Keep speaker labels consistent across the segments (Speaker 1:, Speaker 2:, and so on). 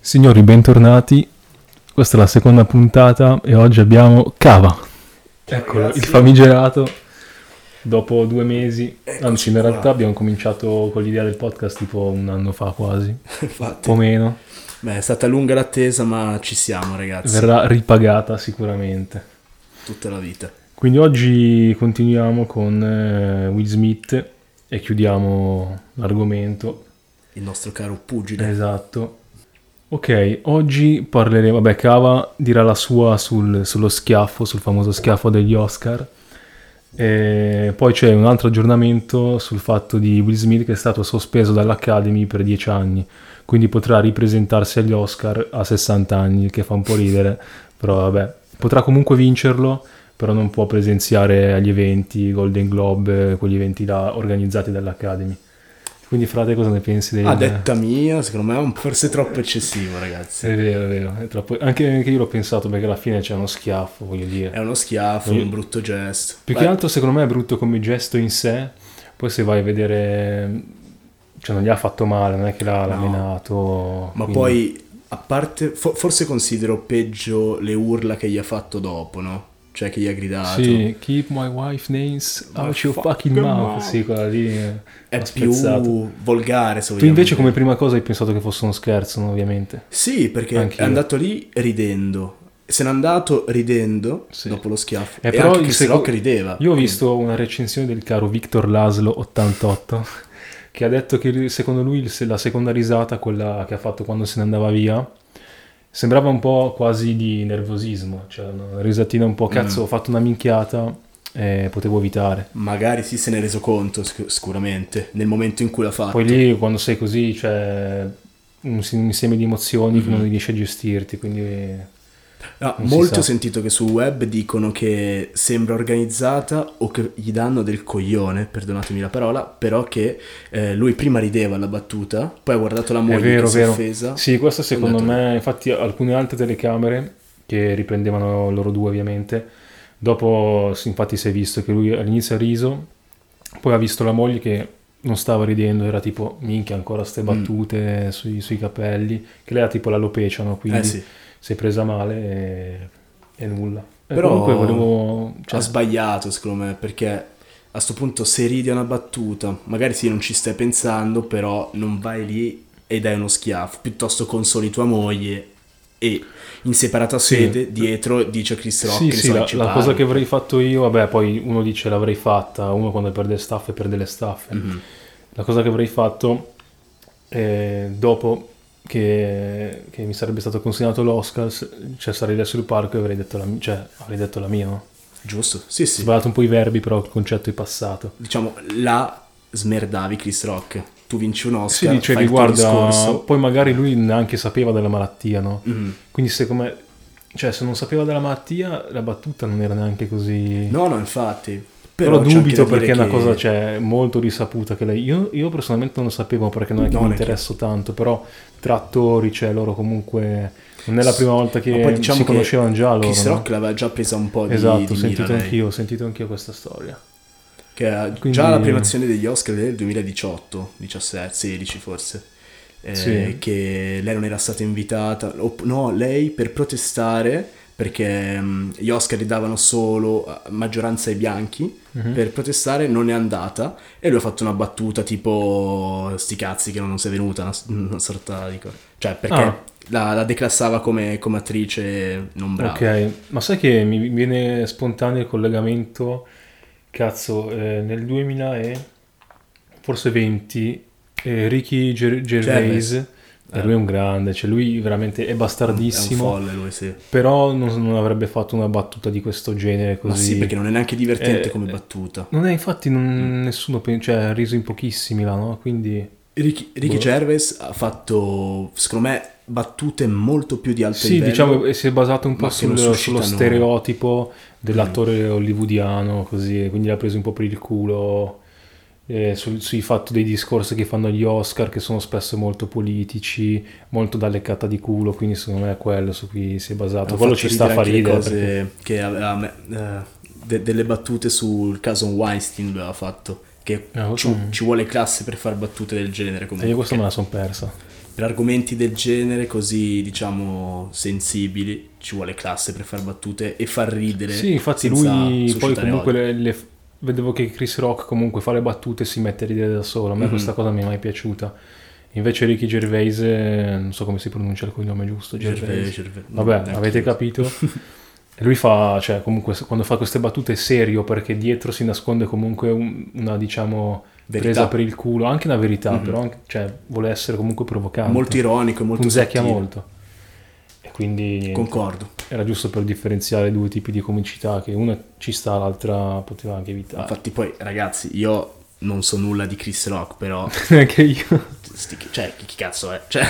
Speaker 1: Signori, bentornati. Questa è la seconda puntata e oggi abbiamo Cava. Eccolo,
Speaker 2: ragazzi.
Speaker 1: il famigerato. Dopo due mesi,
Speaker 2: Eccoci
Speaker 1: anzi in
Speaker 2: qua.
Speaker 1: realtà abbiamo cominciato con l'idea del podcast tipo un anno fa quasi, un
Speaker 2: Infatti,
Speaker 1: po' meno.
Speaker 2: beh, è stata lunga l'attesa, ma ci siamo, ragazzi.
Speaker 1: Verrà ripagata sicuramente.
Speaker 2: Tutta la vita.
Speaker 1: Quindi oggi continuiamo con eh, Will Smith e chiudiamo l'argomento.
Speaker 2: Il nostro caro pugile.
Speaker 1: Esatto. Ok, oggi parleremo, vabbè, Cava dirà la sua sul- sullo schiaffo, sul famoso schiaffo degli Oscar. E poi c'è un altro aggiornamento sul fatto di Will Smith che è stato sospeso dall'Academy per 10 anni, quindi potrà ripresentarsi agli Oscar a 60 anni, che fa un po' ridere, però vabbè, potrà comunque vincerlo, però non può presenziare agli eventi, Golden Globe, eh, quegli eventi là organizzati dall'Academy. Quindi frate, cosa ne pensi del
Speaker 2: A detta mia, secondo me è un forse troppo eccessivo, ragazzi.
Speaker 1: È vero, è vero. è troppo- Anche, anche io l'ho pensato perché alla fine c'è uno schiaffo, voglio dire.
Speaker 2: È uno schiaffo, un brutto gesto.
Speaker 1: Più
Speaker 2: Eh, Beh,
Speaker 1: che altro, secondo me, è brutto come gesto in sé. Poi se vai a vedere, cioè non gli ha fatto male, non è che l'ha
Speaker 2: No.
Speaker 1: laminato.
Speaker 2: Ma
Speaker 1: quindi-
Speaker 2: poi, a parte, fo- forse considero peggio le urla che gli ha fatto dopo, no? Cioè, che gli ha gridato.
Speaker 1: Sì, keep my wife names
Speaker 2: Ma
Speaker 1: out your fucking
Speaker 2: fucking
Speaker 1: mouth.
Speaker 2: mouth.
Speaker 1: Sì, quella lì eh,
Speaker 2: È
Speaker 1: l'ha
Speaker 2: più
Speaker 1: spezzato.
Speaker 2: volgare, se
Speaker 1: Tu
Speaker 2: vogliamo
Speaker 1: invece
Speaker 2: dire.
Speaker 1: come prima cosa hai pensato che fosse uno scherzo, no? ovviamente.
Speaker 2: Sì, perché
Speaker 1: Anch'io.
Speaker 2: è andato lì ridendo. Se n'è andato ridendo
Speaker 1: Sì.
Speaker 2: dopo lo schiaffo.
Speaker 1: Eh,
Speaker 2: E,
Speaker 1: però
Speaker 2: anche
Speaker 1: il
Speaker 2: Chris
Speaker 1: seco-
Speaker 2: Rock rideva.
Speaker 1: Io ho visto una recensione del caro Victor Laszlo 88 che ha detto che lui- secondo lui il se- la seconda risata, quella che ha fatto quando se ne andava via, sembrava un po' quasi di nervosismo, cioè una risatina un po' cazzo, ho fatto una minchiata e potevo evitare.
Speaker 2: Magari sì se ne è reso conto, sic- sicuramente, nel momento in cui l'ha fatto.
Speaker 1: Poi lì quando sei così c'è un si- un insieme di emozioni che non riesci a gestirti, quindi
Speaker 2: No,
Speaker 1: non si
Speaker 2: Ah, molto
Speaker 1: sa.
Speaker 2: ho sentito che sul web dicono che sembra organizzata o che gli danno del coglione, perdonatemi la parola, però che eh, lui prima rideva alla battuta, poi ha guardato la moglie
Speaker 1: È vero,
Speaker 2: che si è
Speaker 1: vero.
Speaker 2: offesa.
Speaker 1: Sì, questo secondo
Speaker 2: Ho detto-
Speaker 1: me, infatti alcune altre telecamere che riprendevano loro due ovviamente, dopo sì, infatti si è visto che lui all'inizio ha riso, poi ha visto la moglie che non stava ridendo, era tipo minchia ancora
Speaker 2: Mm.
Speaker 1: ste battute sui, sui capelli, che lei ha tipo l'alopecia, no? quindi
Speaker 2: Eh sì,
Speaker 1: si è presa male e, e nulla. E
Speaker 2: Però-
Speaker 1: comunque volevo... cioè,
Speaker 2: ha sbagliato secondo me, perché a sto punto se ridi a una battuta, magari sì non ci stai pensando, però non vai lì e dai uno schiaffo, piuttosto consoli tua moglie e in separata
Speaker 1: Sì.
Speaker 2: sede dietro dice a Chris Rock
Speaker 1: Sì,
Speaker 2: che ne
Speaker 1: sì,
Speaker 2: so,
Speaker 1: la,
Speaker 2: ci
Speaker 1: la
Speaker 2: parli.
Speaker 1: cosa che avrei fatto io, vabbè, poi uno dice l'avrei fatta, uno quando perde staffe perde le staffe.
Speaker 2: Mhm.
Speaker 1: La cosa che avrei fatto eh, dopo che, che mi sarebbe stato consegnato l'Oscar, s- cioè sarei adesso sul parco e avrei detto la, mi- cioè, avrei detto la mia. no? Ho
Speaker 2: Giusto, sì, sì.
Speaker 1: sbagliato un po' i verbi, però il concetto è passato.
Speaker 2: Diciamo, la smerdavi Chris Rock. Tu vinci un
Speaker 1: Sì,
Speaker 2: Oscar,
Speaker 1: dicevi,
Speaker 2: fai il tuo
Speaker 1: guarda,
Speaker 2: discorso.
Speaker 1: poi magari lui neanche sapeva della malattia, no?
Speaker 2: Mm.
Speaker 1: Quindi secondo me, cioè se non sapeva della malattia, la battuta non era neanche così...
Speaker 2: No, no, infatti.
Speaker 1: Però,
Speaker 2: c'è anche da
Speaker 1: dubito
Speaker 2: dire
Speaker 1: perché è una
Speaker 2: che-
Speaker 1: cosa cioè, molto risaputa che lei... Io, io personalmente non lo sapevo perché non è che
Speaker 2: No,
Speaker 1: mi
Speaker 2: neanche io.
Speaker 1: interesso tanto, però tra attori, cioè loro comunque... Non è la prima volta che
Speaker 2: Ma poi diciamo
Speaker 1: si
Speaker 2: che
Speaker 1: conoscevano già loro,
Speaker 2: Chris
Speaker 1: no?
Speaker 2: Rock l'aveva già presa un po' di,
Speaker 1: Esatto,
Speaker 2: di
Speaker 1: ho sentito
Speaker 2: mira, lei,
Speaker 1: anch'io, ho sentito anch'io questa storia.
Speaker 2: Che era
Speaker 1: Quindi-
Speaker 2: già la premiazione degli Oscar del 2018, 17, 16 forse. eh,
Speaker 1: Sì.
Speaker 2: Che lei non era stata invitata. opp- no, lei per protestare, perché mm, gli Oscar li davano solo a maggioranza ai bianchi,
Speaker 1: Mhm.
Speaker 2: per protestare non è andata e lui ha fatto una battuta tipo sti cazzi che non sei venuta, una, una sorta di cosa. Cioè perché
Speaker 1: Ah.
Speaker 2: la, la declassava come, come attrice non brava.
Speaker 1: Ok, ma sai che mi mi viene spontaneo il collegamento? Cazzo, eh, nel 2000 e forse 20, eh, Ricky Ger- Gervais,
Speaker 2: Gervais.
Speaker 1: eh, lui è un grande, cioè lui veramente è
Speaker 2: È un
Speaker 1: bastardissimo,
Speaker 2: folle lui, sì.
Speaker 1: però non, non avrebbe fatto una battuta di questo genere
Speaker 2: Ma
Speaker 1: così.
Speaker 2: sì, perché non Mm. è neanche divertente
Speaker 1: Eh,
Speaker 2: come
Speaker 1: eh.
Speaker 2: battuta.
Speaker 1: Non è infatti non- nessuno, pe- cioè ha riso in pochissimi là, no? Quindi...
Speaker 2: Ricky, Ricky
Speaker 1: Boh.
Speaker 2: Gervais ha fatto, secondo me, battute molto più di alto
Speaker 1: Sì,
Speaker 2: livello.
Speaker 1: diciamo eh, si è basato un po'
Speaker 2: ma che non Mm.
Speaker 1: sul- sullo
Speaker 2: suscitano-
Speaker 1: stereotipo dell'attore hollywoodiano, così, e quindi l'ha preso un po' per il culo eh, sul- sui fatti dei discorsi che fanno gli Oscar, che sono spesso molto politici, molto da leccata di culo, quindi secondo me è quello su cui si è basato.
Speaker 2: Hanno
Speaker 1: quello
Speaker 2: fatto
Speaker 1: ci sta a far
Speaker 2: anche le
Speaker 1: ridere.
Speaker 2: cose
Speaker 1: perché-
Speaker 2: che aveva me- eh, de- delle battute sul caso Weinstein lui aveva fatto. Che
Speaker 1: Ah, questo
Speaker 2: ci,
Speaker 1: non-
Speaker 2: ci vuole classe per fare battute del genere.
Speaker 1: E
Speaker 2: Comunque.
Speaker 1: io questa me la sono persa.
Speaker 2: per argomenti del genere così, diciamo, sensibili, ci vuole classe per far battute e far ridere.
Speaker 1: Sì, infatti
Speaker 2: senza
Speaker 1: lui poi
Speaker 2: suscitare
Speaker 1: comunque
Speaker 2: odio.
Speaker 1: le- le- vedevo che Chris Rock comunque fa le battute e si mette a ridere da solo. A me
Speaker 2: Mhm.
Speaker 1: questa cosa mi è mai piaciuta. Invece Ricky Gervais, eh, non so come si pronuncia il cognome giusto,
Speaker 2: Gervais,
Speaker 1: Gervais.
Speaker 2: Gervais.
Speaker 1: Vabbè,
Speaker 2: Neanche
Speaker 1: avete
Speaker 2: io.
Speaker 1: capito? E Lui fa, cioè, comunque s- quando fa queste battute è serio perché dietro si nasconde comunque un- una, diciamo,
Speaker 2: Verità.
Speaker 1: presa per il culo, anche una verità,
Speaker 2: Mhm.
Speaker 1: però anche- cioè, vuole essere comunque provocante.
Speaker 2: Molto ironico, molto
Speaker 1: punzecchia
Speaker 2: sottile.
Speaker 1: molto. E quindi niente,
Speaker 2: Concordo.
Speaker 1: era giusto per differenziare due tipi di comicità, che una ci sta, l'altra poteva anche evitare.
Speaker 2: Infatti poi, ragazzi, io non so nulla di Chris Rock, però...
Speaker 1: Neanche io.
Speaker 2: sti- cioè, chi chi cazzo è? Cioè,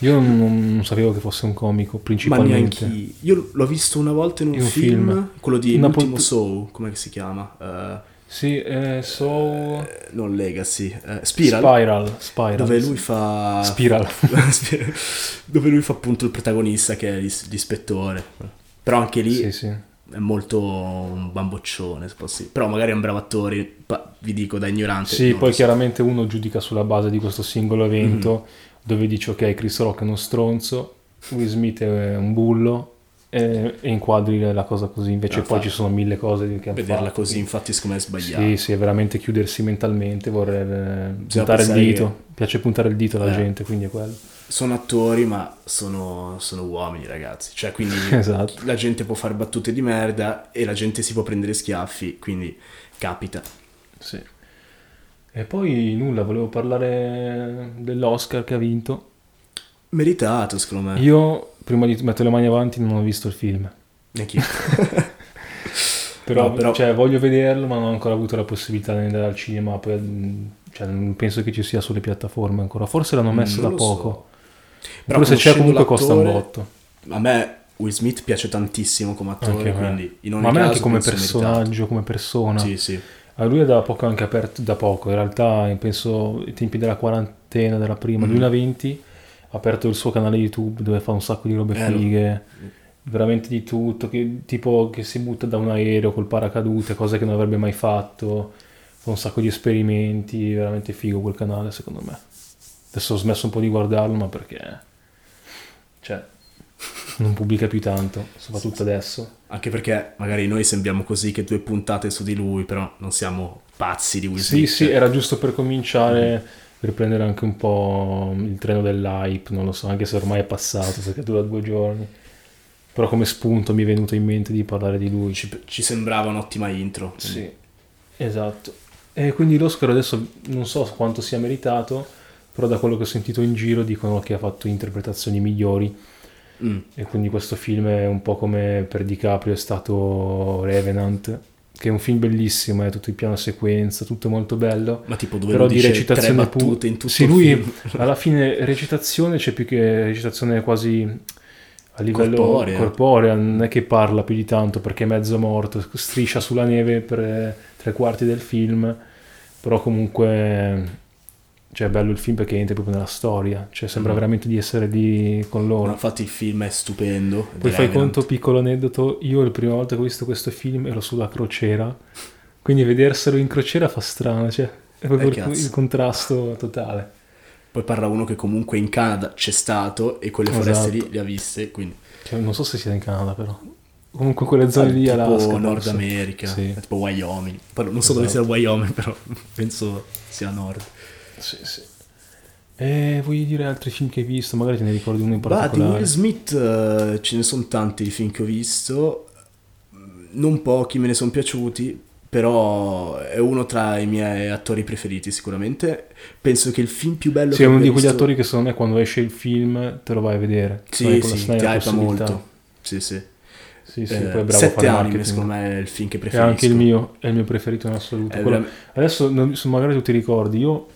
Speaker 1: Io non, non sapevo che fosse un comico,
Speaker 2: ma
Speaker 1: principalmente.
Speaker 2: neanche... Io l'ho visto una volta in un,
Speaker 1: In un
Speaker 2: film,
Speaker 1: film.
Speaker 2: quello di
Speaker 1: Una
Speaker 2: L'ultimo
Speaker 1: punt-
Speaker 2: Soul, come si chiama? Eh,
Speaker 1: Sì, eh, so...
Speaker 2: eh, non Legacy, eh, Spiral.
Speaker 1: Spiral. Spiral.
Speaker 2: Dove
Speaker 1: sì.
Speaker 2: lui fa...
Speaker 1: Spiral.
Speaker 2: Spiral. dove lui fa appunto il protagonista che è l'is- l'ispettore. Però anche lì
Speaker 1: Sì, sì.
Speaker 2: è molto un bamboccione, se posso dire. Però magari è un bravo attore, pa- vi dico da ignorante.
Speaker 1: Sì,
Speaker 2: non
Speaker 1: poi
Speaker 2: lo so.
Speaker 1: chiaramente uno giudica sulla base di questo singolo evento
Speaker 2: Mhm.
Speaker 1: dove dice ok, Chris Rock è uno stronzo, Will Smith è un bullo e, e inquadri la cosa così, invece
Speaker 2: Ah,
Speaker 1: poi
Speaker 2: fa-
Speaker 1: ci sono mille cose che hanno
Speaker 2: Vederla
Speaker 1: fatto,
Speaker 2: così, infatti, secondo me è sbagliato.
Speaker 1: Sì, sì, è veramente chiudersi mentalmente, vorrei eh,
Speaker 2: Bisogna
Speaker 1: puntare il
Speaker 2: pensare
Speaker 1: dito, piace puntare il dito alla
Speaker 2: Eh.
Speaker 1: gente, quindi è quello.
Speaker 2: Sono attori, ma sono, sono uomini, ragazzi. Cioè, quindi
Speaker 1: Esatto.
Speaker 2: la gente può fare battute di merda e la gente si può prendere schiaffi, quindi capita.
Speaker 1: Sì. E poi nulla, volevo parlare dell'Oscar che ha vinto.
Speaker 2: Meritato, secondo me.
Speaker 1: Io, prima di mettere le mani avanti, non ho visto il film.
Speaker 2: Neanche io.
Speaker 1: Però,
Speaker 2: No, però-
Speaker 1: cioè, voglio vederlo, ma non ho ancora avuto la possibilità di andare al cinema. per- cioè, non penso che ci sia sulle piattaforme ancora. Forse l'hanno messo
Speaker 2: Mm, Non
Speaker 1: da
Speaker 2: lo
Speaker 1: poco.
Speaker 2: so.
Speaker 1: Però se c'è
Speaker 2: conoscendo
Speaker 1: comunque costa un
Speaker 2: l'attore-
Speaker 1: botto.
Speaker 2: A me Will Smith piace tantissimo come
Speaker 1: Anche
Speaker 2: attore,
Speaker 1: a me.
Speaker 2: quindi in ogni
Speaker 1: ma a me
Speaker 2: caso
Speaker 1: anche come
Speaker 2: penso meritato.
Speaker 1: personaggio, come persona.
Speaker 2: Sì, sì.
Speaker 1: A Ah, lui è da poco anche aperto, da poco. In realtà, eh, penso ai tempi della quarantena, della prima, 2020, ha aperto il suo canale YouTube dove fa un sacco di robe
Speaker 2: Eh, lo-
Speaker 1: fighe. Veramente di tutto, che, tipo che si butta da un aereo col paracadute, cose che non avrebbe mai fatto, fa un sacco di esperimenti, veramente figo quel canale secondo me. Adesso ho smesso un po' di guardarlo, ma perché... Cioè, non pubblica più tanto, soprattutto adesso.
Speaker 2: Anche perché magari noi sembriamo così che due puntate su di lui, però non siamo pazzi di Will
Speaker 1: Sì,
Speaker 2: Smith.
Speaker 1: sì, era giusto per cominciare, per prendere anche un po' il treno dell'hype, non lo so, anche se ormai è passato, perché dura due giorni. Però come spunto mi è venuto in mente di parlare di lui.
Speaker 2: Ci, ci sembrava un'ottima intro.
Speaker 1: Sì, esatto. E quindi l'Oscar adesso non so quanto sia meritato, però da quello che ho sentito in giro dicono che ha fatto interpretazioni migliori
Speaker 2: Mm.
Speaker 1: e quindi questo film è un po' come per DiCaprio è stato Revenant, che è un film bellissimo, è tutto in piano sequenza, tutto molto bello
Speaker 2: Ma tipo dove
Speaker 1: però
Speaker 2: lui
Speaker 1: di
Speaker 2: dice
Speaker 1: recitazione
Speaker 2: tre
Speaker 1: pu-
Speaker 2: battute in tutto
Speaker 1: sì,
Speaker 2: il
Speaker 1: lui
Speaker 2: film.
Speaker 1: alla fine recitazione c'è più che recitazione quasi a livello
Speaker 2: Corporea.
Speaker 1: corporea. non è che parla più di tanto perché è mezzo morto, striscia sulla neve per eh, tre quarti del film, però comunque cioè, è bello il film perché entra proprio nella storia, cioè sembra
Speaker 2: Mm.
Speaker 1: veramente di essere lì con loro.
Speaker 2: No, infatti il film è stupendo.
Speaker 1: Poi
Speaker 2: The
Speaker 1: fai
Speaker 2: Revenant.
Speaker 1: conto, piccolo aneddoto, io la prima volta che ho visto questo film ero sulla crociera, quindi vederselo in crociera fa strano, cioè è proprio
Speaker 2: Eh,
Speaker 1: il,
Speaker 2: cazzo.
Speaker 1: il contrasto totale.
Speaker 2: Poi parla uno che comunque in Canada c'è stato e quelle foreste
Speaker 1: Esatto.
Speaker 2: lì le ha viste, quindi...
Speaker 1: Cioè, non so se siete in Canada però. Comunque quelle zone lì
Speaker 2: tipo
Speaker 1: Alaska.
Speaker 2: Nord
Speaker 1: forse.
Speaker 2: America,
Speaker 1: Sì.
Speaker 2: tipo Wyoming. Poi non so dove sia
Speaker 1: Esatto.
Speaker 2: Wyoming, però penso sia a nord.
Speaker 1: Sì, sì. E vuoi dire altri film che hai visto? Magari te ne ricordi uno in
Speaker 2: Bah, di
Speaker 1: particolare.
Speaker 2: Will Smith eh, ce ne sono tanti di film che ho visto, non pochi me ne sono piaciuti, però è uno tra i miei attori preferiti sicuramente. Penso che il film più bello
Speaker 1: sì,
Speaker 2: che
Speaker 1: è uno
Speaker 2: abbia
Speaker 1: di quegli
Speaker 2: visto-
Speaker 1: attori che secondo me quando esce il film te lo vai a vedere. Non
Speaker 2: Sì,
Speaker 1: hai quella-
Speaker 2: sì,
Speaker 1: non hai
Speaker 2: ti
Speaker 1: la
Speaker 2: hypa
Speaker 1: possibilità.
Speaker 2: molto. Sì, sì.
Speaker 1: Sì, sì,
Speaker 2: Eh,
Speaker 1: poi è bravo a
Speaker 2: Sette
Speaker 1: fare
Speaker 2: anime,
Speaker 1: marketing.
Speaker 2: secondo me, è il film che
Speaker 1: È
Speaker 2: preferisco.
Speaker 1: anche il mio, è il mio preferito in assoluto.
Speaker 2: È
Speaker 1: Quello-
Speaker 2: veramente-
Speaker 1: Adesso non- se magari tu ti ricordi, io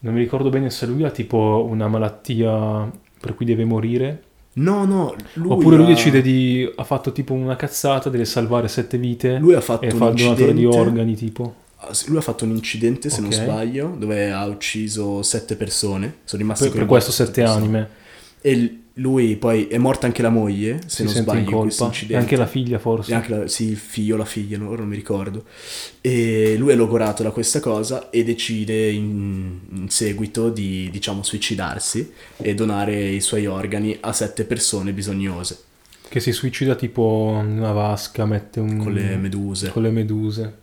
Speaker 1: non mi ricordo bene se lui ha tipo una malattia per cui deve morire,
Speaker 2: No, no, lui
Speaker 1: oppure lui
Speaker 2: ha-
Speaker 1: decide di... ha fatto tipo una cazzata, deve salvare sette vite
Speaker 2: Lui ha fatto
Speaker 1: e
Speaker 2: un
Speaker 1: fa il donatore di
Speaker 2: incidente.
Speaker 1: organi tipo.
Speaker 2: Ah, sì, Lui ha fatto un incidente, se non
Speaker 1: Ok.
Speaker 2: sbaglio, dove ha ucciso sette persone. Sono rimasti
Speaker 1: Per, per
Speaker 2: coinvolte
Speaker 1: questo
Speaker 2: sette
Speaker 1: sette
Speaker 2: persone.
Speaker 1: anime.
Speaker 2: E l- lui poi è morta anche la moglie, se
Speaker 1: si
Speaker 2: non
Speaker 1: sente in
Speaker 2: sbaglio, in questo
Speaker 1: colpa. E
Speaker 2: incidente.
Speaker 1: anche la figlia forse.
Speaker 2: E anche la- sì, il figlio o la figlia, no? ora non mi ricordo. E lui è logorato da questa cosa e decide in, in seguito di, diciamo, suicidarsi e donare i suoi organi a sette persone bisognose,
Speaker 1: Che si suicida tipo in una vasca, mette un...
Speaker 2: con le meduse.
Speaker 1: Mm. con le meduse.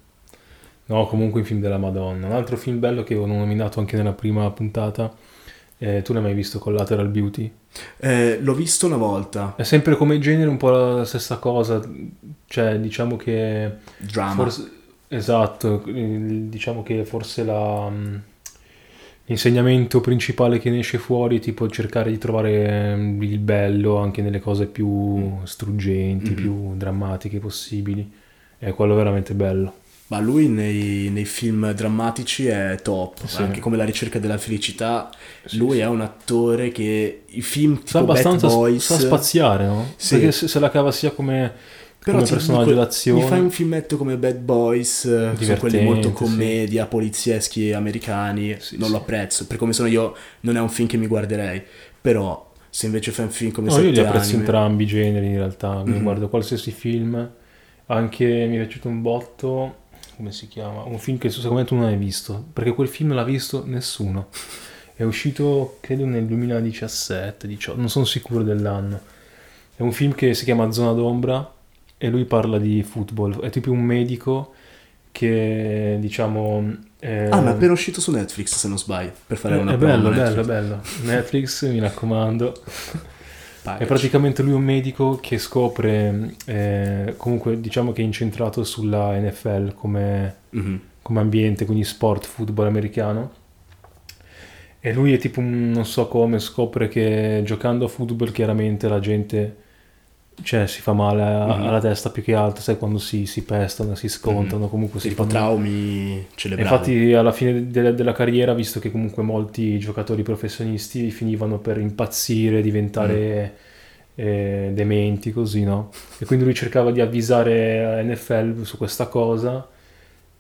Speaker 1: No, comunque un film della Madonna. Un altro film bello che avevo nominato anche nella prima puntata. eh, tu l'hai mai visto Collateral Beauty?
Speaker 2: Eh, l'ho visto una volta,
Speaker 1: È sempre come genere un po' la stessa cosa. Cioè, diciamo che...
Speaker 2: drama.
Speaker 1: Forse- esatto, il- diciamo che forse la, mh, l'insegnamento principale che ne esce fuori è tipo cercare di trovare mh, il bello anche nelle cose più struggenti,
Speaker 2: Mhm.
Speaker 1: più drammatiche possibili. È quello veramente bello.
Speaker 2: Ma lui nei, nei film drammatici è top,
Speaker 1: Sì.
Speaker 2: anche come La ricerca della felicità.
Speaker 1: Sì,
Speaker 2: lui
Speaker 1: sì.
Speaker 2: è un attore che i film
Speaker 1: Sa
Speaker 2: tipo Bad
Speaker 1: abbastanza
Speaker 2: Boys...
Speaker 1: sa spaziare, no?
Speaker 2: Sì.
Speaker 1: Perché se, se la cava sia come,
Speaker 2: Però
Speaker 1: come
Speaker 2: ti
Speaker 1: personaggio
Speaker 2: dico,
Speaker 1: d'azione.
Speaker 2: Mi fai un filmetto come Bad Boys, eh, su quelli
Speaker 1: Divertente,
Speaker 2: molto
Speaker 1: sì.
Speaker 2: commedia, polizieschi americani,
Speaker 1: Sì,
Speaker 2: non
Speaker 1: sì.
Speaker 2: lo apprezzo. Per come sono io, non è un film che mi guarderei. Però, se invece fai un film come
Speaker 1: No,
Speaker 2: Sette
Speaker 1: io li apprezzo
Speaker 2: anime-
Speaker 1: entrambi i generi in realtà, mi
Speaker 2: Mhm.
Speaker 1: guardo qualsiasi film, anche mi è piaciuto un botto, come si chiama? Un film che secondo me tu non hai visto, perché quel film l'ha visto nessuno. È uscito credo nel 2017, 18, non sono sicuro dell'anno. È un film che si chiama Zona d'ombra e lui parla di football, è tipo un medico che diciamo... eh,
Speaker 2: Ah, ma è appena uscito su Netflix, se non sbaglio, per fare
Speaker 1: è,
Speaker 2: una
Speaker 1: Eh, è
Speaker 2: promo
Speaker 1: bello,
Speaker 2: Netflix.
Speaker 1: bello, bello. Netflix, mi raccomando. È
Speaker 2: Package.
Speaker 1: praticamente lui un medico che scopre, eh, comunque diciamo che è incentrato sulla NFL come,
Speaker 2: Mhm.
Speaker 1: come ambiente, quindi sport, football americano. E lui è tipo, un- non so come, scopre che giocando a football chiaramente la gente cioè, si fa male a-
Speaker 2: Mhm.
Speaker 1: alla testa più che altro, sai quando si, si pestano, si scontano, comunque si
Speaker 2: Mm-hmm. Tipo
Speaker 1: fanno-
Speaker 2: traumi
Speaker 1: e
Speaker 2: celebrati.
Speaker 1: Infatti alla fine de- della carriera, visto che comunque molti giocatori professionisti finivano per impazzire, diventare eh, dementi, così, no? E quindi lui cercava di avvisare eh, la NFL su questa cosa,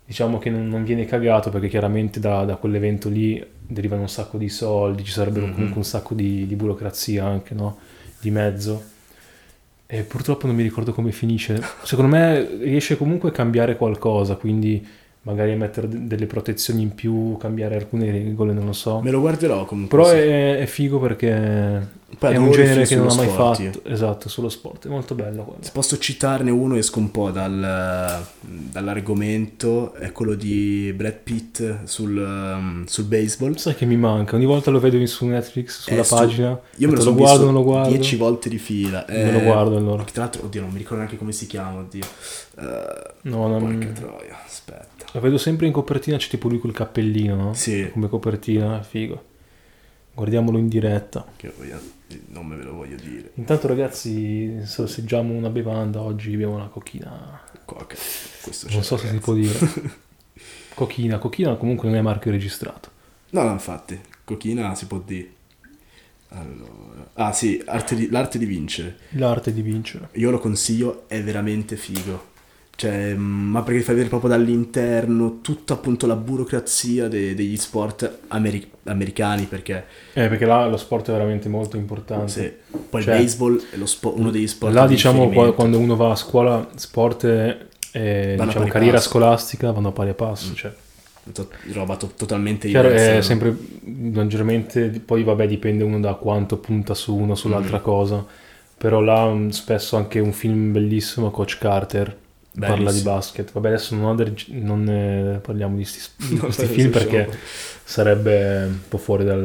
Speaker 1: diciamo che non, non viene cagato perché chiaramente da, da quell'evento lì derivano un sacco di soldi, ci sarebbero
Speaker 2: Mhm.
Speaker 1: comunque un sacco di, di burocrazia anche, no? Di mezzo. E purtroppo non mi ricordo come finisce. Secondo me riesce comunque a cambiare qualcosa, quindi magari mettere de- delle protezioni in più, cambiare alcune regole, non lo so.
Speaker 2: Me lo guarderò comunque.
Speaker 1: Però
Speaker 2: sì.
Speaker 1: è, è figo perché
Speaker 2: Poi
Speaker 1: è
Speaker 2: adoro
Speaker 1: un
Speaker 2: i
Speaker 1: genere
Speaker 2: film
Speaker 1: che non ho
Speaker 2: sullo
Speaker 1: mai
Speaker 2: sport, io.
Speaker 1: fatto. Esatto, sullo sport. È molto bello quello.
Speaker 2: Se posso citarne uno, esco un po' dal- dall'argomento, è quello di Brad Pitt sul, um, sul baseball.
Speaker 1: Sai che mi manca? Ogni volta lo vedo in- su Netflix, sulla
Speaker 2: Eh, su-
Speaker 1: pagina.
Speaker 2: Io me lo
Speaker 1: Detto,
Speaker 2: sono
Speaker 1: guardo,
Speaker 2: visto
Speaker 1: non lo guardo.
Speaker 2: 10 volte di fila. Eh,
Speaker 1: Me lo guardo allora.
Speaker 2: Tra l'altro, oddio, non mi ricordo neanche come si chiama, oddio. Eh,
Speaker 1: No, no,
Speaker 2: porca
Speaker 1: mm,
Speaker 2: troia, aspetta.
Speaker 1: Lo vedo sempre in copertina, c'è tipo lui col cappellino, no?
Speaker 2: Sì,
Speaker 1: Come copertina, è figo. Vogliamolo in diretta.
Speaker 2: che voglio- non me lo voglio dire.
Speaker 1: Intanto ragazzi, sorseggiamo una bevanda, oggi beviamo una cochina.
Speaker 2: Coca. Questo c'è,
Speaker 1: Non so se si
Speaker 2: ragazzi.
Speaker 1: può dire. Cochina, cochina comunque non è marchio registrato.
Speaker 2: No, no, infatti, cochina si può dire. Allora. Ah sì, arte di- l'arte di vincere.
Speaker 1: L'arte di vincere.
Speaker 2: Io lo consiglio, è veramente figo. Cioè, mh, ma perché fai vedere proprio dall'interno tutta appunto la burocrazia de- degli sport ameri- americani, perché
Speaker 1: Eh, perché là lo sport è veramente molto importante.
Speaker 2: se- poi
Speaker 1: Cioè,
Speaker 2: il baseball è lo spo- uno degli sport
Speaker 1: Là
Speaker 2: di
Speaker 1: diciamo qua-
Speaker 2: riferimento.
Speaker 1: quando uno va a scuola, sport e eh,
Speaker 2: Vanno a
Speaker 1: diciamo,
Speaker 2: pari
Speaker 1: carriera
Speaker 2: passo. Mm.
Speaker 1: scolastica vanno a pari passo. Cioè,
Speaker 2: To- roba to- totalmente
Speaker 1: chiaro
Speaker 2: diversa.
Speaker 1: è
Speaker 2: no?
Speaker 1: sempre leggermente, poi vabbè dipende uno da quanto punta su uno
Speaker 2: Mm.
Speaker 1: sull'altra cosa, però là mh, spesso anche un film bellissimo, Coach Carter, parla di
Speaker 2: Bellissimo.
Speaker 1: basket. Vabbè adesso non, ader- non, eh, parliamo di sti- di
Speaker 2: No,
Speaker 1: questi
Speaker 2: adesso
Speaker 1: film
Speaker 2: usciamo.
Speaker 1: perché sarebbe un po' fuori dal,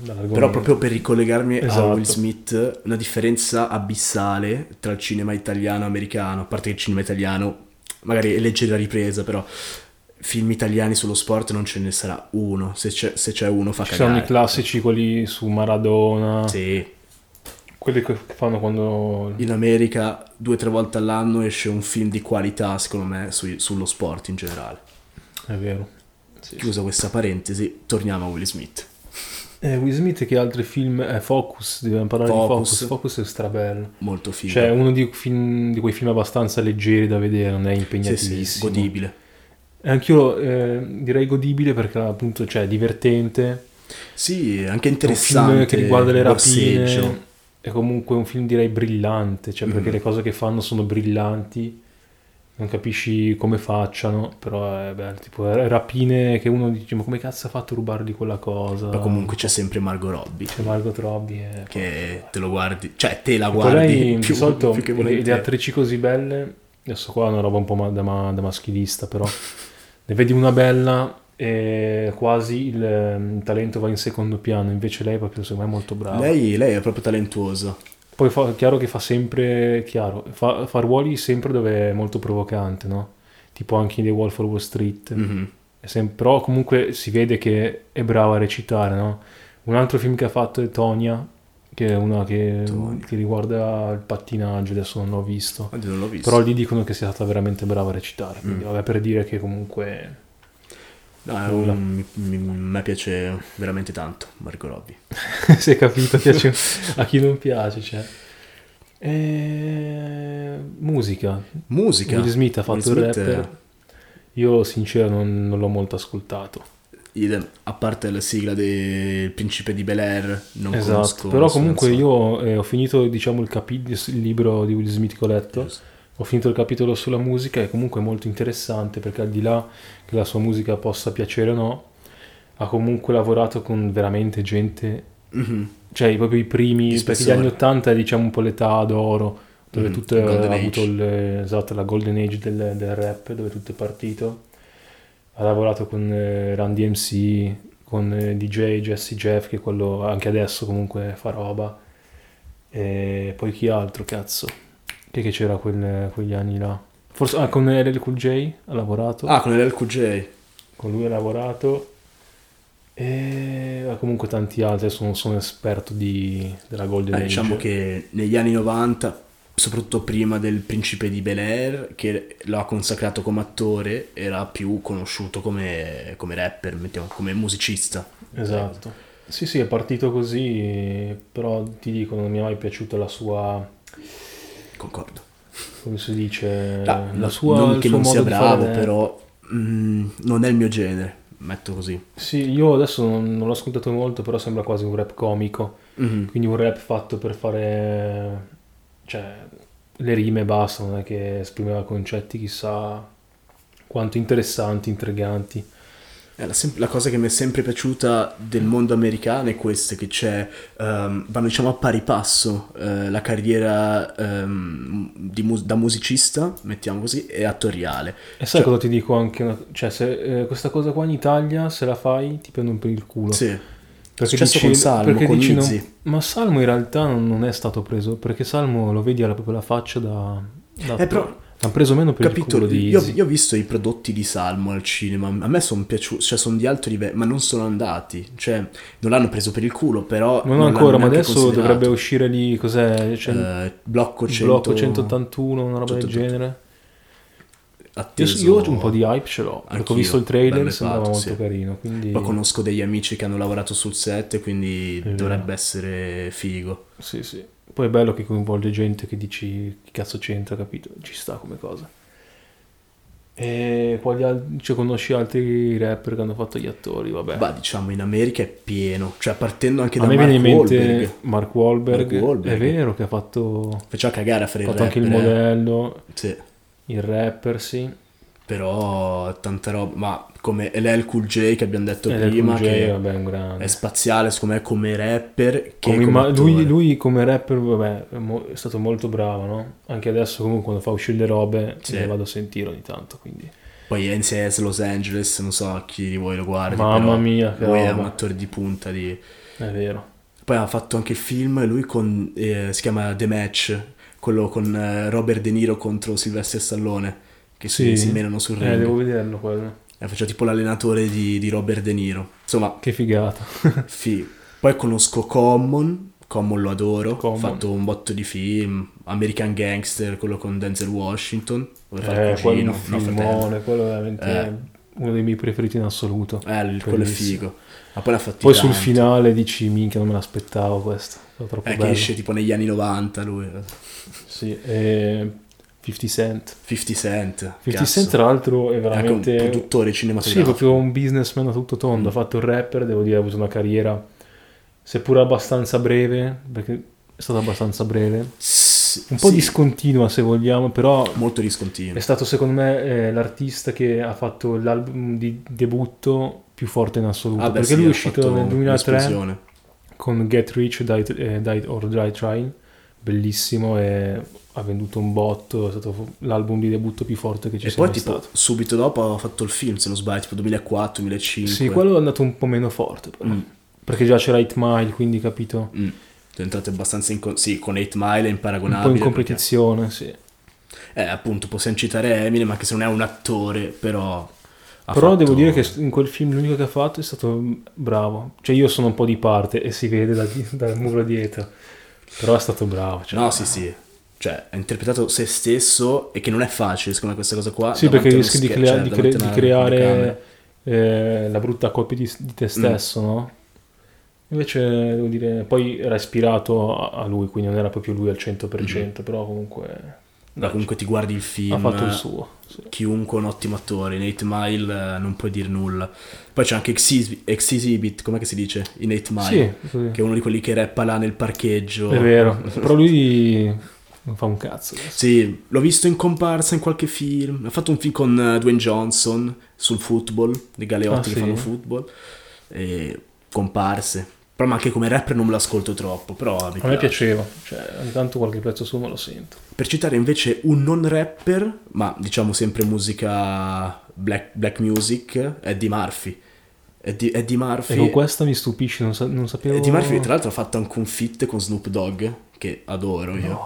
Speaker 1: dall'argomento.
Speaker 2: Però proprio per ricollegarmi a
Speaker 1: Esatto.
Speaker 2: Will Smith, una differenza abissale tra il cinema italiano e americano, a parte che il cinema italiano magari è leggera ripresa, però film italiani sullo sport non ce ne sarà uno, se c'è, se c'è uno fa
Speaker 1: Ci sono i
Speaker 2: cagare.
Speaker 1: classici, quelli su Maradona,
Speaker 2: Sì,
Speaker 1: quelli che che fanno quando...
Speaker 2: in America due o tre volte all'anno esce un film di qualità, secondo me, sui- sullo sport in generale.
Speaker 1: È vero. Sì,
Speaker 2: Chiusa questa parentesi, torniamo a Will Smith.
Speaker 1: Eh, Will Smith che altri film... Eh, Focus, dobbiamo parlare
Speaker 2: Focus.
Speaker 1: di Focus. Focus è strabello.
Speaker 2: Molto figo.
Speaker 1: Cioè, è uno di, film- di quei film abbastanza leggeri da vedere, non è
Speaker 2: sì,
Speaker 1: impegnatissimo.
Speaker 2: sì, godibile.
Speaker 1: E anch'io eh, direi godibile perché appunto cioè, è divertente.
Speaker 2: Sì, è anche
Speaker 1: È un film
Speaker 2: interessante.
Speaker 1: che riguarda le rapine.
Speaker 2: borseggio. Mm.
Speaker 1: È comunque un film direi brillante, cioè perché le cose che fanno sono brillanti, non capisci come facciano, però è bello, tipo eh, rapine che uno dice ma come cazzo ha fatto a rubargli quella cosa?
Speaker 2: Ma comunque c'è sempre Margot Robbie.
Speaker 1: C'è Margot Robbie e...
Speaker 2: Che te lo guardi, cioè te la
Speaker 1: Poi
Speaker 2: guardi
Speaker 1: Ecco, lei, di
Speaker 2: più,
Speaker 1: solito
Speaker 2: più che
Speaker 1: le,
Speaker 2: volentieri.
Speaker 1: le attrici così belle, adesso qua è una roba un po' ma- da, ma- da maschilista però, ne vedi una bella e quasi il, ehm, talento va in secondo piano, invece lei proprio secondo me è molto brava.
Speaker 2: Lei, lei è proprio talentuosa.
Speaker 1: Poi fa, chiaro che fa sempre, chiaro, fa, fa ruoli sempre dove è molto provocante, no? Tipo anche in The Wolf of Wall Street.
Speaker 2: Mhm.
Speaker 1: È sem- però comunque si vede che è brava a recitare, no? Un altro film che ha fatto è Tonia, che è una che,
Speaker 2: Tonya.
Speaker 1: che riguarda il pattinaggio, adesso non l'ho visto.
Speaker 2: Oddio, non l'ho visto. Mm.
Speaker 1: Però lì dicono che sia stata veramente brava a recitare, quindi vabbè per dire che comunque...
Speaker 2: No, è
Speaker 1: nulla.
Speaker 2: un- mi, mi- a me piace veramente tanto Margot Robbie.
Speaker 1: si è capito, piace a chi non piace, cioè. E... Musica,
Speaker 2: Musica.
Speaker 1: Will Smith ha fatto
Speaker 2: Will
Speaker 1: il
Speaker 2: Smith,
Speaker 1: rapper. Io sincero non, non l'ho molto ascoltato.
Speaker 2: idem, a parte la sigla del Principe di Bel Air, non
Speaker 1: esatto.
Speaker 2: conosco.
Speaker 1: Però
Speaker 2: nessuna
Speaker 1: comunque
Speaker 2: canzone.
Speaker 1: io eh, ho finito diciamo il, capi- il libro di Will Smith che ho letto. Ho finito il capitolo sulla musica e comunque è molto interessante perché al di là che la sua musica possa piacere o no, ha comunque lavorato con veramente gente,
Speaker 2: Mhm.
Speaker 1: cioè proprio i primi,
Speaker 2: Di
Speaker 1: perché gli
Speaker 2: spessore.
Speaker 1: anni 80 è diciamo un po' l'età d'oro, dove
Speaker 2: Mhm,
Speaker 1: tutto
Speaker 2: il
Speaker 1: ha
Speaker 2: golden
Speaker 1: avuto
Speaker 2: age.
Speaker 1: il, esatto, la golden age del, del rap, dove tutto è partito. Ha lavorato con eh, Run DMC, con eh, DJ Jesse Jeff, che quello anche adesso comunque fa roba. E poi chi altro, cazzo? Che, che c'era quel- quegli anni là? Forse ah, con LL Cool J ha lavorato,
Speaker 2: Ah, con l'LQJ.
Speaker 1: con lui ha lavorato. E ah, comunque tanti altri, adesso non sono esperto di, della Golden
Speaker 2: Eh,
Speaker 1: Age.
Speaker 2: diciamo che negli anni 90, soprattutto prima del Principe di Bel Air, che lo ha consacrato come attore, era più conosciuto come, come rapper, mettiamo, come musicista.
Speaker 1: Esatto.
Speaker 2: Certo.
Speaker 1: Sì, sì, è partito così, però ti dico, non mi è mai piaciuta la sua,
Speaker 2: Eh, Concordo.
Speaker 1: come si dice,
Speaker 2: Ah,
Speaker 1: Eh, la
Speaker 2: no,
Speaker 1: sua,
Speaker 2: non
Speaker 1: il
Speaker 2: che
Speaker 1: suo
Speaker 2: non
Speaker 1: modo
Speaker 2: sia
Speaker 1: di fare
Speaker 2: bravo,
Speaker 1: rap.
Speaker 2: però mm, non è il mio genere, metto così.
Speaker 1: Sì, io adesso non, non l'ho ascoltato molto, però sembra quasi un rap comico,
Speaker 2: Mhm.
Speaker 1: quindi un rap fatto per fare, cioè, le rime e basta, non è che esprimeva concetti chissà quanto interessanti, intriganti.
Speaker 2: Eh, La, sem- la cosa che mi è sempre piaciuta del mondo americano è questa, che c'è, ehm, vanno diciamo a pari passo eh, la carriera ehm, di mus- da musicista, mettiamo così, e attoriale.
Speaker 1: E sai
Speaker 2: Cioè-
Speaker 1: cosa ti dico anche? una- Cioè, se, eh, questa cosa qua in Italia, se la fai, ti prendono per il culo.
Speaker 2: Sì.
Speaker 1: Perché
Speaker 2: Successo
Speaker 1: dici-
Speaker 2: con Salmo,
Speaker 1: perché
Speaker 2: con
Speaker 1: dici no-
Speaker 2: Izzy.
Speaker 1: ma Salmo in realtà non, non è stato preso, perché Salmo lo vedi alla proprio la faccia da... da
Speaker 2: Eh, però-
Speaker 1: l'hanno preso meno per il
Speaker 2: Capito,
Speaker 1: culo di
Speaker 2: io,
Speaker 1: Izzy.
Speaker 2: io ho visto i prodotti di Salmo al cinema, a me sono piaciuti, cioè sono di alto livello, ma non sono andati, cioè non l'hanno preso per il culo, però...
Speaker 1: non,
Speaker 2: l'hanno
Speaker 1: ancora, ma
Speaker 2: neanche
Speaker 1: adesso
Speaker 2: considerato.
Speaker 1: dovrebbe uscire lì, cos'è? C'è il
Speaker 2: Eh, blocco, 100...
Speaker 1: blocco 181, una roba del
Speaker 2: 188.
Speaker 1: genere. Io,
Speaker 2: atteso-
Speaker 1: io un po' di hype ce l'ho, perché
Speaker 2: Anch'io.
Speaker 1: ho visto il trailer
Speaker 2: Bello
Speaker 1: e
Speaker 2: e
Speaker 1: sembrava
Speaker 2: fatto,
Speaker 1: molto
Speaker 2: sì.
Speaker 1: carino, quindi...
Speaker 2: Poi conosco degli amici che hanno lavorato sul set, quindi
Speaker 1: vero.
Speaker 2: dovrebbe essere figo.
Speaker 1: Sì, sì. Poi è bello che coinvolge gente che dici che cazzo c'entra, capito? Ci sta come cosa. E quali al- cioè, conosci altri rapper che hanno fatto gli attori, vabbè.
Speaker 2: Ma diciamo in America è pieno, cioè partendo anche
Speaker 1: a
Speaker 2: da
Speaker 1: me
Speaker 2: Mark
Speaker 1: viene in mente
Speaker 2: Wahlberg,
Speaker 1: Mark Wahlberg.
Speaker 2: Mark Wahlberg.
Speaker 1: È vero che ha fatto,
Speaker 2: faceva cagare a fare
Speaker 1: ha
Speaker 2: il
Speaker 1: fatto anche il
Speaker 2: rapper, eh.
Speaker 1: modello,
Speaker 2: Sì.
Speaker 1: il rapper, sì.
Speaker 2: Però tanta roba, ma come LL Cool J che abbiamo detto
Speaker 1: Ed è
Speaker 2: prima
Speaker 1: Cool J,
Speaker 2: che
Speaker 1: vabbè, è un grande.
Speaker 2: è spaziale, secondo me come rapper che
Speaker 1: Come
Speaker 2: come
Speaker 1: imma- lui,
Speaker 2: attore.
Speaker 1: lui come rapper, vabbè, è mo- è stato molto bravo, no? Anche adesso comunque quando fa uscire le robe
Speaker 2: Sì.
Speaker 1: le vado a sentire ogni tanto, quindi...
Speaker 2: Poi NCS Los Angeles, non so chi di voi lo guarda,
Speaker 1: Mamma
Speaker 2: però
Speaker 1: mia, che
Speaker 2: lui è
Speaker 1: roba.
Speaker 2: un attore di punta di
Speaker 1: È vero.
Speaker 2: Poi ha fatto anche il film, lui con, eh, si chiama The Match, quello con eh, Robert De Niro contro Sylvester Stallone, che si, si menano sul
Speaker 1: Eh,
Speaker 2: ring.
Speaker 1: devo vederlo quello.
Speaker 2: Eh, faceva tipo l'allenatore di, di Robert De Niro. Insomma,
Speaker 1: Che figata.
Speaker 2: fi. Poi conosco Common, Common lo adoro,
Speaker 1: Common.
Speaker 2: ha fatto un botto di film, American Gangster, quello con Denzel Washington, dove fa il
Speaker 1: Eh, quello è
Speaker 2: cugino,
Speaker 1: un
Speaker 2: no, fratello.
Speaker 1: filmone, quello è veramente uno dei miei preferiti in assoluto.
Speaker 2: Eh, il- quello è
Speaker 1: Bellissimo.
Speaker 2: figo. Ma poi l'ha fatto
Speaker 1: Poi sul finale dici, minchia, non me l'aspettavo questo. È troppo
Speaker 2: Eh, che
Speaker 1: bello.
Speaker 2: esce tipo negli anni 90 lui.
Speaker 1: Sì, eh, 50 Cent.
Speaker 2: 50 Cent.
Speaker 1: 50
Speaker 2: cazzo.
Speaker 1: Cent, tra l'altro, è
Speaker 2: È anche Ecco, un
Speaker 1: veramente.
Speaker 2: produttore Mm.
Speaker 1: Sì,
Speaker 2: cinematografico.
Speaker 1: proprio un businessman a tutto tondo. Ha fatto il rapper, devo dire, ha avuto una carriera, seppur abbastanza breve, perché è stata abbastanza breve.
Speaker 2: Sì,
Speaker 1: Un po'
Speaker 2: sì,
Speaker 1: discontinua, se vogliamo, però
Speaker 2: molto discontinuo.
Speaker 1: è stato, secondo me, eh, l'artista che ha fatto l'album di debutto più forte in assoluto.
Speaker 2: Ah, beh,
Speaker 1: perché
Speaker 2: sì,
Speaker 1: lui è
Speaker 2: ha
Speaker 1: uscito
Speaker 2: fatto
Speaker 1: nel 2003
Speaker 2: un'esplosione.
Speaker 1: con Get Rich Died, eh, Died or Die Trying, bellissimo, e ha venduto un botto, è stato fu- l'album di debutto più forte che ci
Speaker 2: E
Speaker 1: sia
Speaker 2: poi,
Speaker 1: mai
Speaker 2: tipo,
Speaker 1: stato.
Speaker 2: subito dopo ha fatto il film, se non sbaglio, tipo 2004-2005.
Speaker 1: Sì, quello è andato un po' meno forte, però.
Speaker 2: Mm.
Speaker 1: perché già c'era 8 Mile, quindi capito,
Speaker 2: Mm. Sono entrato abbastanza in... con- Sì, con 8 Mile è
Speaker 1: un
Speaker 2: imparagonabile.
Speaker 1: po' in
Speaker 2: perché-
Speaker 1: competizione, sì.
Speaker 2: Eh, appunto, possiamo citare Eminem, anche se non è un attore, però... ha
Speaker 1: Però
Speaker 2: fatto-
Speaker 1: devo dire che in quel film l'unico che ha fatto è stato bravo. Cioè io sono un po' di parte e si vede da- dal muro dietro. Però è stato bravo. cioè.
Speaker 2: No, sì, sì. Cioè, ha interpretato se stesso e che non è facile, secondo me, questa cosa qua.
Speaker 1: sì, perché
Speaker 2: davanti a uno
Speaker 1: rischi di,
Speaker 2: scher-
Speaker 1: crea-
Speaker 2: cioè,
Speaker 1: di
Speaker 2: davanti
Speaker 1: cre-
Speaker 2: a
Speaker 1: di
Speaker 2: una
Speaker 1: creare
Speaker 2: videocamera.
Speaker 1: eh, la brutta copia di, di
Speaker 2: Mm.
Speaker 1: te stesso, no? Invece, devo dire, poi era ispirato a, a lui, quindi non era proprio lui al 100%,
Speaker 2: Mm-hmm.
Speaker 1: però comunque
Speaker 2: Da comunque ti guardi il
Speaker 1: ha
Speaker 2: film.
Speaker 1: fatto il suo. sì.
Speaker 2: Chiunque è un ottimo attore, in 8 Mile eh, non puoi dire nulla. Poi c'è anche Exhibit, com'è che si dice? In 8 Mile.
Speaker 1: Sì, sì.
Speaker 2: Che è uno di quelli che rappa là nel parcheggio.
Speaker 1: È vero, però lui non fa un cazzo. adesso.
Speaker 2: Sì, l'ho visto in comparsa in qualche film. Ha fatto un film con eh, Dwayne Johnson sul football, dei galeotti
Speaker 1: Ah,
Speaker 2: che
Speaker 1: sì?
Speaker 2: fanno football. E comparse. Però ma anche come rapper non me l'ascolto troppo, però mi
Speaker 1: A me
Speaker 2: piace.
Speaker 1: piaceva, cioè, ogni tanto qualche pezzo suo me lo sento.
Speaker 2: Per citare invece un non rapper, ma diciamo sempre musica black, black music, Eddie Murphy. Eddie, Eddie
Speaker 1: E con
Speaker 2: Murphy...
Speaker 1: questa mi stupisci, non, sa- non sapevo...
Speaker 2: Eddie Eh, Murphy tra l'altro ha fatto anche un feat con Snoop Dogg, che adoro io.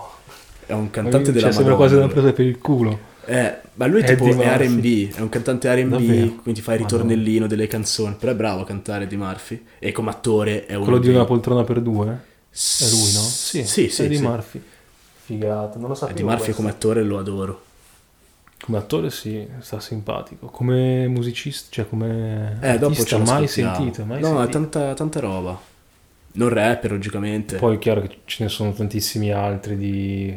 Speaker 2: È un cantante
Speaker 1: Cioè,
Speaker 2: della
Speaker 1: sembra
Speaker 2: Madonna.
Speaker 1: quasi una presa per il culo.
Speaker 2: Eh, ma lui
Speaker 1: Eddie
Speaker 2: tipo è
Speaker 1: Murphy.
Speaker 2: R&B, è un cantante R&B,
Speaker 1: Davvero?
Speaker 2: quindi fa il ritornellino delle canzoni, però è bravo a cantare di Murphy e come attore è uno
Speaker 1: Quello di
Speaker 2: dei-
Speaker 1: una poltrona per due? eh? È
Speaker 2: S-
Speaker 1: lui, no?
Speaker 2: Sì,
Speaker 1: è
Speaker 2: sì,
Speaker 1: Eddie
Speaker 2: sì.
Speaker 1: Murphy. Figata, non lo sapevo.
Speaker 2: Eddie Murphy
Speaker 1: questo.
Speaker 2: come attore lo adoro.
Speaker 1: Come attore sì, sta simpatico. Come musicista, cioè come...
Speaker 2: Eh, dopo
Speaker 1: artista,
Speaker 2: ce lo
Speaker 1: mai
Speaker 2: ascoltiamo.
Speaker 1: sentito, mai
Speaker 2: no, è
Speaker 1: sentito.
Speaker 2: tanta, tanta roba. Non rapper, logicamente.
Speaker 1: Poi è chiaro che ce ne sono tantissimi altri di,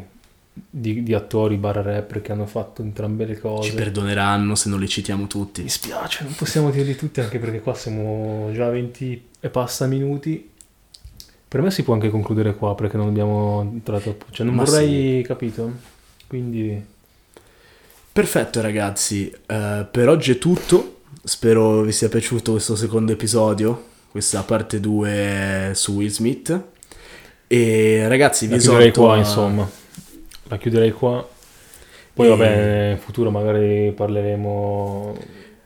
Speaker 1: di, di attori barra rapper che hanno fatto entrambe le
Speaker 2: Ci
Speaker 1: cose.
Speaker 2: perdoneranno se non li citiamo tutti.
Speaker 1: Mi spiace, non possiamo dirli tutti anche perché qua siamo già a 20 e passa minuti. Per me si può anche concludere qua perché non abbiamo entrato... Cioè non
Speaker 2: Ma
Speaker 1: vorrei, capito? Quindi...
Speaker 2: Perfetto ragazzi, eh, per oggi è tutto. Spero vi sia piaciuto questo secondo episodio, questa parte 2 su Will Smith. E ragazzi, vi
Speaker 1: La chiuderei
Speaker 2: esorto
Speaker 1: qua,
Speaker 2: a-
Speaker 1: insomma. La chiuderei qua. Poi
Speaker 2: E-
Speaker 1: vabbè, in futuro magari parleremo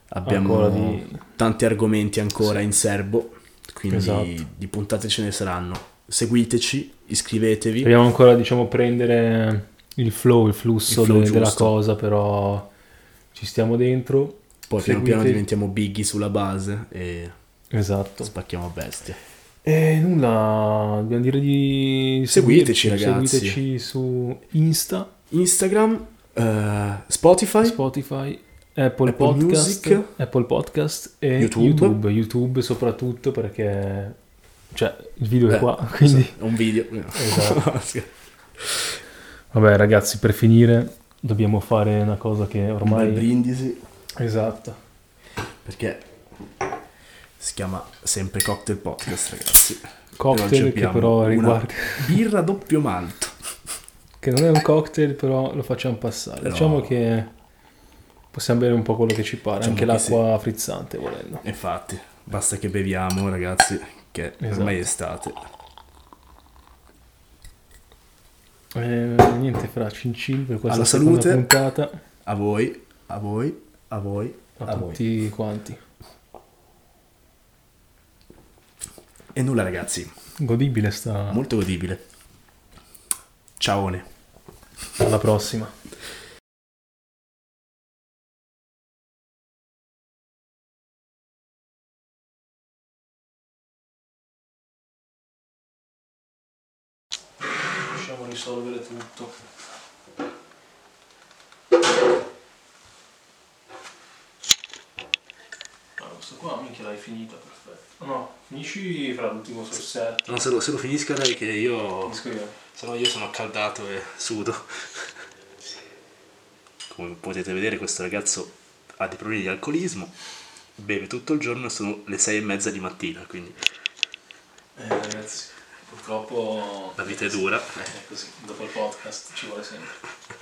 Speaker 2: Abbiamo
Speaker 1: ancora di...
Speaker 2: tanti argomenti ancora in serbo, quindi
Speaker 1: Esatto.
Speaker 2: di puntate ce ne saranno. Seguiteci, iscrivetevi.
Speaker 1: Dobbiamo ancora, diciamo, prendere il flow, il flusso
Speaker 2: Il flow
Speaker 1: de- della
Speaker 2: giusto.
Speaker 1: cosa, però ci stiamo dentro.
Speaker 2: Poi piano piano
Speaker 1: Seguite-
Speaker 2: diventiamo bighi sulla base e
Speaker 1: Esatto.
Speaker 2: spacchiamo a bestia.
Speaker 1: E Eh, nulla, dobbiamo dire di
Speaker 2: Seguiteci,
Speaker 1: seguirci,
Speaker 2: ragazzi.
Speaker 1: Seguiteci su Insta,
Speaker 2: Instagram, eh, Spotify,
Speaker 1: Spotify, Apple,
Speaker 2: Apple
Speaker 1: Podcast,
Speaker 2: Music.
Speaker 1: Apple Podcast e
Speaker 2: YouTube.
Speaker 1: YouTube. YouTube, soprattutto perché cioè il video è
Speaker 2: Eh,
Speaker 1: qua, quindi
Speaker 2: è un video.
Speaker 1: Esatto. Vabbè, ragazzi, per finire dobbiamo fare una cosa che
Speaker 2: Ormai
Speaker 1: ormai
Speaker 2: brindisi
Speaker 1: Esatto.
Speaker 2: perché si chiama sempre Cocktail Podcast, ragazzi.
Speaker 1: Cocktail
Speaker 2: oggi
Speaker 1: che
Speaker 2: abbiamo
Speaker 1: però
Speaker 2: una
Speaker 1: riguarda-
Speaker 2: birra doppio malto.
Speaker 1: Che non è un cocktail, però lo facciamo passare.
Speaker 2: Però-
Speaker 1: Diciamo che possiamo bere un po' quello che ci pare,
Speaker 2: Diciamo
Speaker 1: anche
Speaker 2: che
Speaker 1: l'acqua frizzante volendo.
Speaker 2: Infatti, basta che beviamo, ragazzi, che
Speaker 1: Esatto.
Speaker 2: ormai è estate.
Speaker 1: Eh, niente, fra cin cin per questa
Speaker 2: Alla
Speaker 1: seconda
Speaker 2: salute.
Speaker 1: puntata
Speaker 2: A voi, a voi, a voi,
Speaker 1: a,
Speaker 2: a, voi.
Speaker 1: tutti quanti.
Speaker 2: E nulla, ragazzi,
Speaker 1: Godibile sta.
Speaker 2: molto godibile. Ciaone.
Speaker 1: Alla prossima. Riusciamo a risolvere tutto. Ah, questo qua minchia l'hai finita, perfetto. No, finisci fra l'ultimo sorsetto.
Speaker 2: Non se lo, se lo finisca dai che io...
Speaker 1: Eh, Finisco io.
Speaker 2: Se no io sono accaldato e sudo. come potete vedere questo ragazzo ha dei problemi di alcolismo, beve tutto il giorno e sono le sei e mezza di mattina, quindi
Speaker 1: Eh, ragazzi, purtroppo
Speaker 2: la vita è dura.
Speaker 1: eh, è così, dopo il podcast ci vuole sempre.